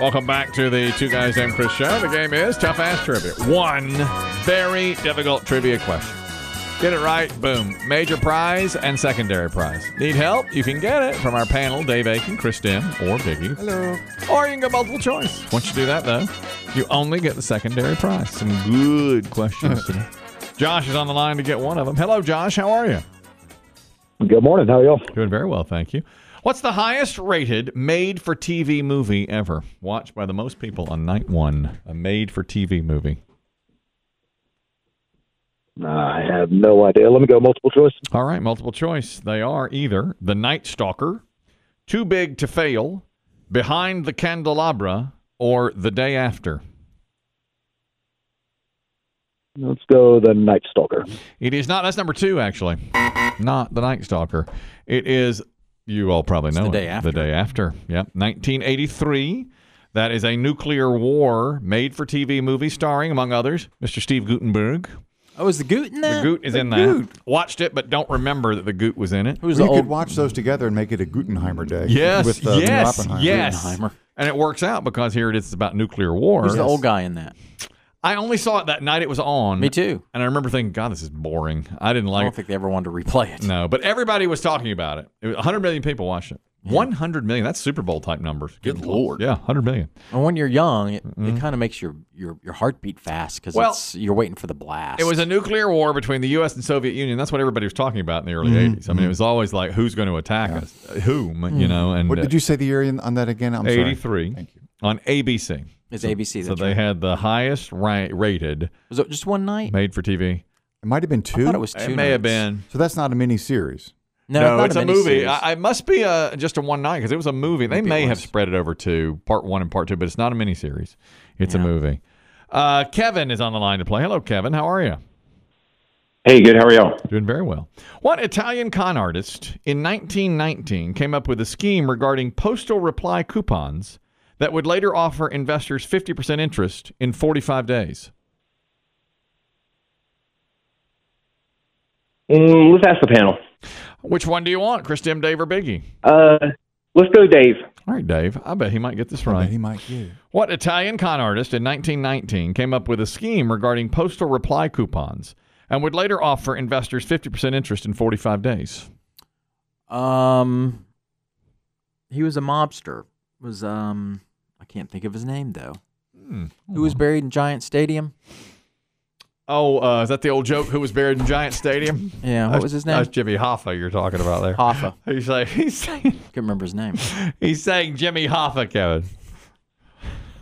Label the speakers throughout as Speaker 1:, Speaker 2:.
Speaker 1: Welcome back to the Two Guys Named Chris show. The game is Tough Ass Trivia. One very difficult trivia question. Get it right, boom. Major prize and secondary prize. Need help? You can get it from our panel, Dave Aiken, Chris Dim, or Biggie.
Speaker 2: Hello.
Speaker 1: Or you can go multiple choice. Once you do that, though, you only get the secondary prize. Some good questions today. Josh is on the line to get one of them. Hello, Josh. How are you?
Speaker 3: Good morning. How are y'all?
Speaker 1: Doing very well, thank you. What's the highest rated made for TV movie ever? Watched by the most people on night one. A made for TV movie.
Speaker 3: I have no idea. Let me go multiple choice.
Speaker 1: All right, multiple choice. They are either The Night Stalker, Too Big to Fail, Behind the Candelabra, or The Day After.
Speaker 3: Let's go the Night Stalker.
Speaker 1: It is not. That's number two, actually. Not the Night Stalker. It is. You all probably know
Speaker 2: the
Speaker 1: it,
Speaker 2: day after.
Speaker 1: The day after. Yep. 1983. That is a nuclear war made-for-TV movie starring, among others, Mr. Steve Gutenberg.
Speaker 2: Oh, is the Goot in
Speaker 1: The
Speaker 2: that?
Speaker 1: Goot is in that. Watched it, but don't remember that the Goot was in it.
Speaker 2: Who's
Speaker 4: We
Speaker 2: the
Speaker 4: could
Speaker 2: old
Speaker 4: watch those together and make it a Gutenheimer day.
Speaker 1: Yes.
Speaker 4: With, uh,
Speaker 1: yes.
Speaker 4: Oppenheimer.
Speaker 1: Yes.
Speaker 2: Oppenheimer.
Speaker 1: And it works out because here it is it's about nuclear war.
Speaker 2: Who's the old guy in that?
Speaker 1: I only saw it that night it was on.
Speaker 2: Me too.
Speaker 1: And I remember thinking, God, this is boring. I didn't
Speaker 2: I
Speaker 1: like
Speaker 2: don't think they ever wanted to replay it.
Speaker 1: No, but everybody was talking about it. it was 100 million people watched it. 100 million. That's Super Bowl type numbers.
Speaker 2: Good lord.
Speaker 1: Yeah, 100 million.
Speaker 2: And when you're young, it, it kind of makes your, your, your heart beat fast because
Speaker 1: Mm-hmm. Well,
Speaker 2: you're waiting for the blast.
Speaker 1: It was a nuclear war between the U.S. and Soviet Union. That's what everybody was talking about in the early 80s. I mean, it was always like, who's going to attack us? Uh, Whom? You know, and
Speaker 4: What
Speaker 1: uh,
Speaker 4: did you say the year in- on that again? I'm sorry.
Speaker 1: 83 on ABC.
Speaker 2: it's ABC.
Speaker 1: So
Speaker 2: That's
Speaker 1: they
Speaker 2: right.
Speaker 1: had the highest ra- rated
Speaker 2: was it just one night?
Speaker 1: made for TV.
Speaker 4: It might have been two.
Speaker 2: I thought it was two.
Speaker 1: It may have
Speaker 2: nights.
Speaker 1: been.
Speaker 4: So that's not a mini series.
Speaker 2: No,
Speaker 1: no,
Speaker 2: not
Speaker 1: it's
Speaker 2: a
Speaker 1: a, movie.
Speaker 2: miniseries.
Speaker 1: I, I must be a, just a one night because it was a movie. They
Speaker 2: Maybe it
Speaker 1: may have
Speaker 2: was.
Speaker 1: spread it over to part one and part two, but it's not a miniseries. It's a movie. Uh, Kevin is on the line to play. Hello, Kevin. How are you?
Speaker 5: Hey, good. How are y'all?
Speaker 1: Doing very well. What Italian con artist in 1919 came up with a scheme regarding postal reply coupons that would later offer investors 50% interest in 45 days?
Speaker 5: Mm, let's ask the panel.
Speaker 1: Which one do you want, Chris, Dim, Dave, or Biggie?
Speaker 5: Uh, let's go, Dave.
Speaker 1: All right, Dave. I bet he might get this
Speaker 4: But
Speaker 1: right.
Speaker 4: He might get.
Speaker 1: What Italian con artist in 1919 came up with a scheme regarding postal reply coupons and would later offer investors 50% interest in 45 days?
Speaker 2: Um, he was a mobster. Was um, I can't think of his name though.
Speaker 1: Hmm.
Speaker 2: Who was buried in Giant Stadium?
Speaker 1: Oh, uh, is that the old joke? Who was buried in Giant Stadium?
Speaker 2: Yeah, what was his name?
Speaker 1: That's Jimmy Hoffa you're talking about there.
Speaker 2: Hoffa.
Speaker 1: He's like he's saying
Speaker 2: Couldn't remember his name.
Speaker 1: he's saying Jimmy Hoffa, Kevin.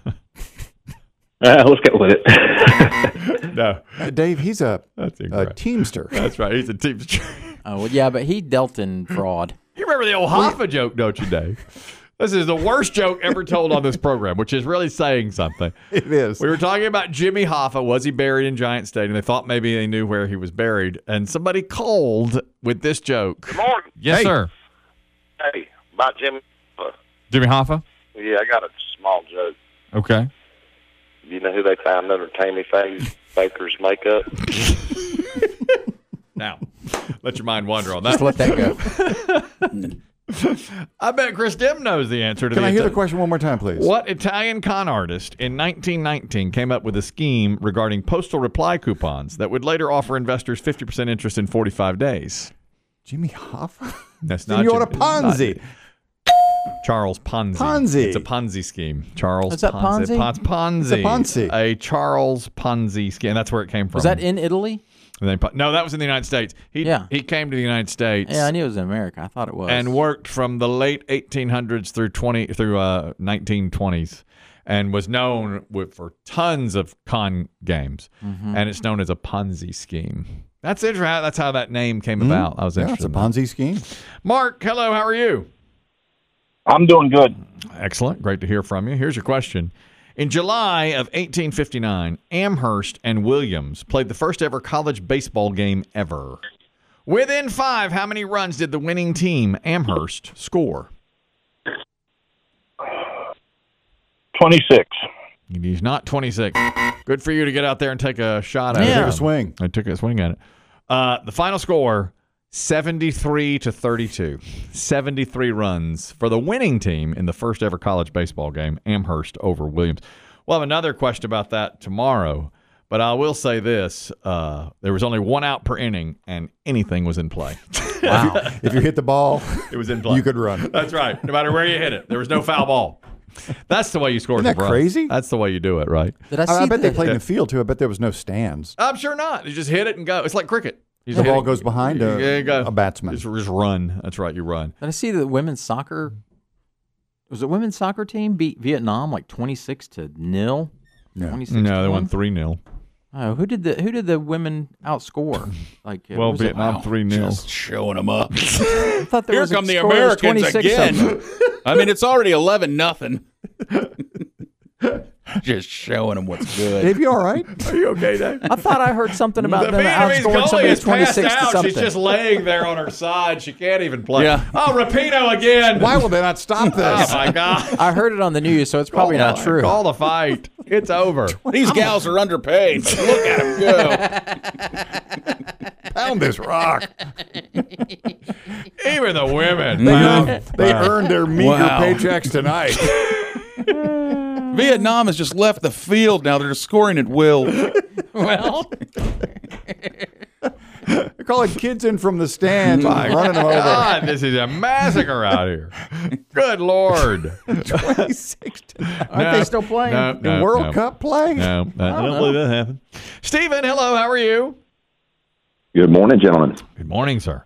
Speaker 5: Uh, let's go with it.
Speaker 1: No,
Speaker 4: Uh, Dave, he's a,
Speaker 1: that's
Speaker 4: a
Speaker 1: incorrect.
Speaker 4: teamster.
Speaker 1: that's right. He's a teamster.
Speaker 2: Oh well, yeah, but he dealt in fraud.
Speaker 1: you remember the old Hoffa joke, don't you, Dave? This is the worst joke ever told on this program, which is really saying something.
Speaker 4: it is.
Speaker 1: We were talking about Jimmy Hoffa. Was he buried in Giant Stadium? They thought maybe they knew where he was buried, and somebody called with this joke.
Speaker 6: Morning.
Speaker 1: Yes, sir.
Speaker 6: Hey, by Jimmy. Hoffa.
Speaker 1: Jimmy Hoffa.
Speaker 6: Yeah, I got a small joke.
Speaker 1: Okay.
Speaker 6: You know who they found under Tammy Faye Baker's makeup?
Speaker 1: Now, let your mind wander on that.
Speaker 2: Just let that go.
Speaker 1: I bet Chris Dim knows the answer to
Speaker 4: Can
Speaker 1: the
Speaker 4: I hear the
Speaker 1: Ita-
Speaker 4: question one more time, please?
Speaker 1: What Italian con artist in 1919 came up with a scheme regarding postal reply coupons that would later offer investors 50% interest in 45 days?
Speaker 4: Jimmy Hoffa?
Speaker 1: That's
Speaker 4: Then you're a
Speaker 1: Jim- not-
Speaker 4: Ponzi.
Speaker 1: Charles Ponzi.
Speaker 4: Ponzi.
Speaker 1: It's a Ponzi scheme. Charles
Speaker 2: Is that
Speaker 1: Ponzi. Pon-
Speaker 2: Ponzi?
Speaker 1: Ponzi.
Speaker 4: It's a Ponzi.
Speaker 1: A Charles Ponzi scheme. That's where it came from.
Speaker 2: Was that in Italy?
Speaker 1: And they pon- no, that was in the United States. He,
Speaker 2: Yeah.
Speaker 1: He came to the United States.
Speaker 2: Yeah, I knew it was in America. I thought it was.
Speaker 1: and worked from the late 1800s through 20 through uh, 1920s and was known with, for tons of con games
Speaker 2: Mm-hmm.
Speaker 1: and it's known as a ponzi scheme that's interesting that's how that name came
Speaker 2: Hmm?
Speaker 1: about i was
Speaker 4: Yeah,
Speaker 1: interested
Speaker 4: it's a
Speaker 1: in that.
Speaker 4: Ponzi scheme.
Speaker 1: mark hello how are you
Speaker 6: I'm doing good.
Speaker 1: excellent great to hear from you here's your question in July of 1859, Amherst and Williams played the first ever college baseball game ever. Within five, how many runs did the winning team, Amherst, score?
Speaker 6: 26.
Speaker 1: He's not 26. Good for you to get out there and take a shot at
Speaker 2: Yeah.
Speaker 1: it.
Speaker 4: Take a swing.
Speaker 1: I took a swing at it. Uh, the final score 73 to 32. 73 runs for the winning team in the first ever college baseball game, Amherst over Williams. We'll have another question about that tomorrow, but I will say this uh, there was only one out per inning, and anything was in play.
Speaker 4: Wow. if you hit the ball,
Speaker 1: It was in play.
Speaker 4: you could run.
Speaker 1: That's right. No matter where you hit it, there was no foul ball. That's the way you score.
Speaker 4: Isn't that
Speaker 1: runs.
Speaker 4: crazy?
Speaker 1: That's the way you do it, right?
Speaker 2: Did I see
Speaker 4: I, I bet they
Speaker 2: the-
Speaker 4: played in the field too. I bet there was no stands.
Speaker 1: I'm sure not. You just hit it and go. It's like cricket. You just
Speaker 4: The
Speaker 1: hit
Speaker 4: ball
Speaker 1: it.
Speaker 4: goes behind a-
Speaker 1: Yeah, you go.
Speaker 4: a batsman.
Speaker 1: Just, just run. That's right. You run.
Speaker 2: Did I see the women's soccer? Was the women's soccer team beat Vietnam like twenty six to nil?
Speaker 4: No.
Speaker 2: 26
Speaker 1: No, they
Speaker 2: to
Speaker 1: won
Speaker 2: one?
Speaker 1: three 0
Speaker 2: Oh, who did the who did the women outscore? Like uh,
Speaker 1: Well,
Speaker 2: was it-
Speaker 1: Vietnam three 0
Speaker 7: showing them up.
Speaker 2: I thought there
Speaker 7: Here
Speaker 2: was a
Speaker 7: come the
Speaker 2: score, there was
Speaker 7: Americans
Speaker 2: 26 of them.
Speaker 7: again. I mean, it's already eleven nothing. Just showing them what's good.
Speaker 4: Dave, you all right?
Speaker 1: Are you okay, Dave?
Speaker 2: I thought I heard something about
Speaker 1: the
Speaker 2: them
Speaker 1: Vietnamese
Speaker 2: outscoring
Speaker 1: goalie
Speaker 2: somebody
Speaker 1: is
Speaker 2: twenty
Speaker 1: passed
Speaker 2: six to
Speaker 1: out.
Speaker 2: something.
Speaker 1: She's just laying there on her side. She can't even play.
Speaker 7: Yeah.
Speaker 1: Oh, Rapino again.
Speaker 4: Why will they not stop
Speaker 1: Oh
Speaker 4: this?
Speaker 1: my God. Oh,
Speaker 2: I heard it on the news, so it's probably not true.
Speaker 1: Call the fight. It's over.
Speaker 7: These gals are underpaid. but Look at them go.
Speaker 4: Pound this rock.
Speaker 1: Even the women.
Speaker 4: They, they earned their meager
Speaker 7: Wow.
Speaker 4: paychecks tonight.
Speaker 7: Vietnam has just left the field. Now they're scoring at will.
Speaker 2: Well,
Speaker 4: They're calling kids in from the stands, running them over.
Speaker 1: God, this is a massacre out here. Good lord.
Speaker 4: Twenty-six. Aren't
Speaker 1: No,
Speaker 4: they still playing
Speaker 1: no,
Speaker 4: in
Speaker 1: no,
Speaker 4: World
Speaker 1: no.
Speaker 4: Cup play?
Speaker 1: No, I don't, believe that happened. Stephen, hello, how are you?
Speaker 3: Good morning, gentlemen.
Speaker 1: Good morning, sir.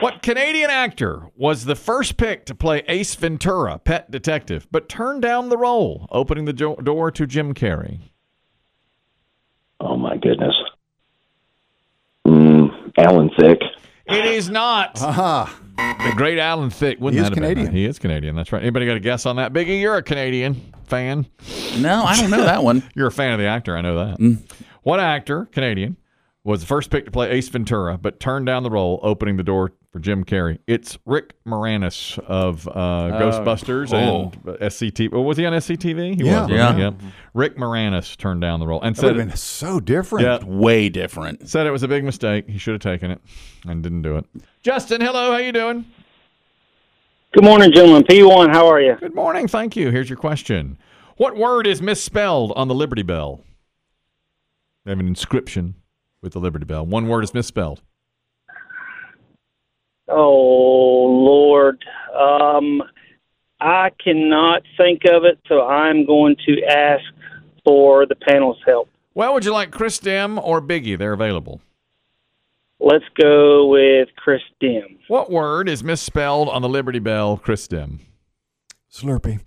Speaker 1: What Canadian actor was the first pick to play Ace Ventura, Pet Detective, but turned down the role, opening the jo- door to Jim Carrey?
Speaker 3: Oh my goodness. Mm, Alan Thick.
Speaker 1: It is not
Speaker 4: Ah,
Speaker 1: the great Alan Thicke. Wouldn't
Speaker 4: He is
Speaker 1: that have been
Speaker 4: Canadian.
Speaker 1: nice? He is Canadian. That's right. Anybody got a guess on that? Biggie, you're a Canadian fan.
Speaker 7: No, I don't know that one. Mm.
Speaker 1: You're a fan of the actor, I know that. What actor, Canadian, was the first pick to play Ace Ventura, but turned down the role, opening the door for Jim Carrey? It's Rick Moranis of uh, Ghostbusters
Speaker 7: Oh.
Speaker 1: and SCTV. Well, was he on SCTV? He
Speaker 4: Yeah.
Speaker 1: was. wasn't
Speaker 7: Yeah.
Speaker 1: he? Rick Moranis turned down the role and
Speaker 4: that would
Speaker 1: said
Speaker 4: have been so different.
Speaker 1: Yeah.
Speaker 7: Way different.
Speaker 1: said it was a big mistake. He should have taken it and didn't do it. Justin, hello. How you doing?
Speaker 8: Good morning, gentlemen. P1, how are you?
Speaker 1: Good morning. Thank you. Here's your question. What word is misspelled on the Liberty Bell? They have an inscription with the Liberty Bell. One word is misspelled.
Speaker 8: Oh, Lord. Um, I cannot think of it, so I'm going to ask for the panel's help.
Speaker 1: Well, would you like Chris Dim or Biggie? They're available.
Speaker 8: Let's go with Chris Dim.
Speaker 1: What word is misspelled on the Liberty Bell, Chris Dim?
Speaker 4: Slurpee.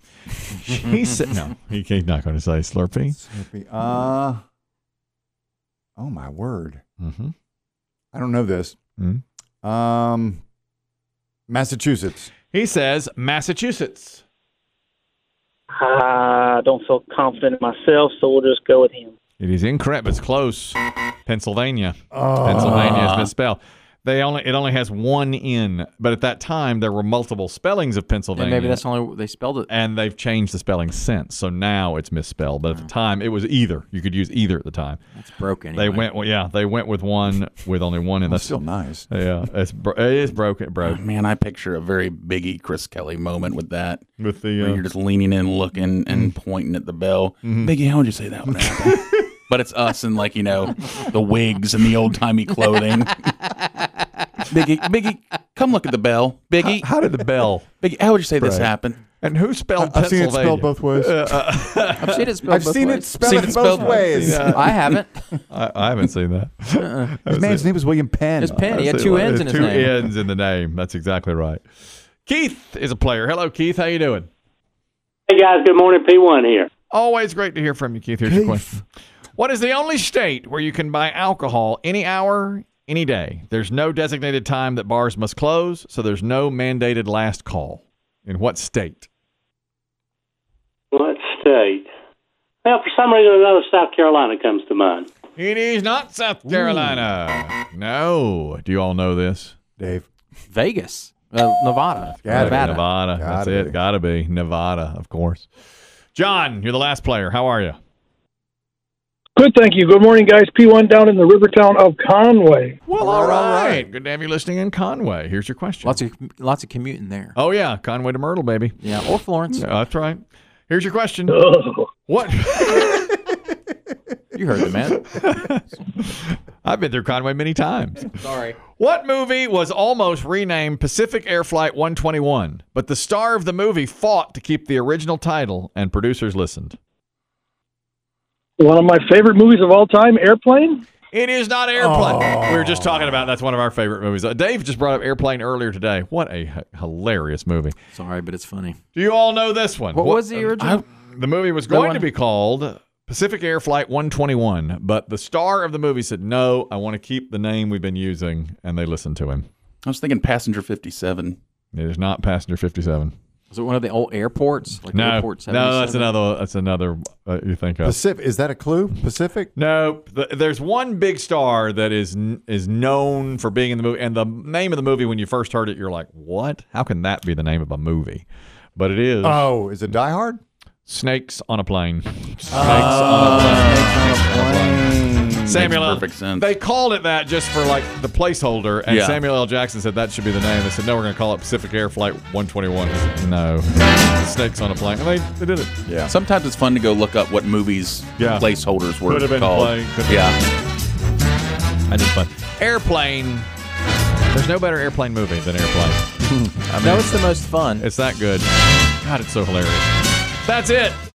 Speaker 1: He said no. he- He's not going to say Slurpee.
Speaker 4: Slurpee. Uh, oh my word.
Speaker 1: Mm-hmm.
Speaker 4: I don't know this.
Speaker 1: Mm.
Speaker 4: Um, Massachusetts.
Speaker 1: He says Massachusetts.
Speaker 8: I don't feel confident in myself, so we'll just go with him.
Speaker 1: It is incorrect, but it's close. Pennsylvania. Pennsylvania
Speaker 4: Ah.
Speaker 1: is misspelled. They only it only has one N, but at that time there were multiple spellings of Pennsylvania.
Speaker 2: and maybe that's the only they spelled it.
Speaker 1: and they've changed the spelling since, so now it's misspelled. But at the time, it was either. You could use either at the time.
Speaker 2: It's broken.
Speaker 1: They went, well, yeah, they went with one with only one, and that's
Speaker 4: Still nice.
Speaker 1: yeah, it's bro- it is broken, bro.
Speaker 7: Man, I picture a very biggie Chris Kelly moment with that.
Speaker 1: With
Speaker 7: Where
Speaker 1: the uh,
Speaker 7: you're just leaning in, looking, and
Speaker 1: Mm-hmm.
Speaker 7: pointing at the bell. Biggie, how would you say that would happen? but it's us and like you know the wigs and the old timey clothing. Biggie, Biggie, come look at the bell. Biggie,
Speaker 1: how did the bell
Speaker 7: Biggie, how would you say this
Speaker 4: Right.
Speaker 7: happened?
Speaker 1: and who spelled
Speaker 4: I've seen it spelled
Speaker 1: Pennsylvania?
Speaker 4: both ways.
Speaker 2: I've seen it spelled.
Speaker 4: I've
Speaker 2: both
Speaker 4: seen it
Speaker 2: ways.
Speaker 4: spelled
Speaker 7: Seen
Speaker 4: both
Speaker 7: it spelled both
Speaker 4: ways.
Speaker 2: I haven't. Uh-uh.
Speaker 1: I, I haven't seen that.
Speaker 4: His man's name is William Penn.
Speaker 2: It's Penn. He had
Speaker 1: I've
Speaker 2: two
Speaker 1: seen it.
Speaker 2: ends in his
Speaker 1: uh, two
Speaker 2: name.
Speaker 1: ends in the name. That's exactly right. Keith is a player. Hello, Keith. How you doing?
Speaker 8: Hey, guys. Good morning. P1 here.
Speaker 1: Always great to hear from you, Keith. Here's your question. What is the only state where you can buy alcohol any hour, any day? There's no designated time that bars must close, so there's no mandated last call. In what state?
Speaker 8: What state? Well, for some reason or another, South Carolina comes to mind.
Speaker 1: It is not South Carolina. No. Do you all know this?
Speaker 4: Dave.
Speaker 2: Vegas, uh, Nevada,
Speaker 4: Gotta be
Speaker 2: Nevada.
Speaker 1: Nevada. That's
Speaker 4: Gotta
Speaker 1: it.
Speaker 4: be.
Speaker 1: Gotta be. Nevada, of course. John, you're the last player. How are you?
Speaker 9: Good, thank you. Good morning, guys. P1 down in the river town of Conway.
Speaker 1: Well, all right. Good to have you listening in Conway. Here's your question.
Speaker 2: Lots of lots of commuting there.
Speaker 1: oh, yeah. Conway to Myrtle, baby.
Speaker 2: Yeah, or Florence.
Speaker 1: Yeah, that's right. Here's your question.
Speaker 9: Ugh.
Speaker 1: What?
Speaker 2: You heard the man.
Speaker 1: I've been through Conway many times. Sorry. What movie was almost renamed Pacific Air Flight 121, but the star of the movie fought to keep the original title and producers listened?
Speaker 9: One of my favorite movies of all time, Airplane.
Speaker 1: It is not Airplane. We were just talking about that's one of our favorite movies. Uh, Dave just brought up Airplane earlier today. What a h- hilarious movie.
Speaker 2: Sorry, but it's funny.
Speaker 1: Do you all know this one?
Speaker 2: What was the original?
Speaker 1: Um, The movie was going to be called Pacific Air Flight 121, but the star of the movie said, No, I want to keep the name we've been using. And they listened to him.
Speaker 7: I was thinking Passenger 57.
Speaker 1: It is not Passenger 57.
Speaker 2: Was it one of the old airports? Like
Speaker 1: No,
Speaker 2: Airport
Speaker 1: no, that's
Speaker 2: 77?
Speaker 1: another. That's another uh, you think of.
Speaker 4: Pacific. Is that a clue? Pacific?
Speaker 1: Nope. Th- There's one big star that is n- is known for being in the movie, and the name of the movie when you first heard it, you're like, "What? How can that be the name of a movie?" But it is
Speaker 4: Oh, is it Die Hard?
Speaker 1: Snakes on a Plane. Snakes
Speaker 7: Makes
Speaker 1: Samuel L.
Speaker 7: perfect sense.
Speaker 1: They called it that just for like the placeholder, and
Speaker 7: Yeah.
Speaker 1: Samuel L. Jackson said that should be the name. They said, "No, we're going to call it Pacific Air Flight 121." He said, no, Snakes on a Plane. And they, they did it.
Speaker 4: Yeah.
Speaker 7: Sometimes it's fun to go look up what movies
Speaker 1: Yeah.
Speaker 7: placeholders were
Speaker 1: Could have been
Speaker 7: called.
Speaker 1: play, could have
Speaker 7: yeah,
Speaker 1: I did fun. Airplane. There's no better airplane movie than Airplane.
Speaker 2: That was the most fun.
Speaker 1: It's that good. God, it's so hilarious. That's it.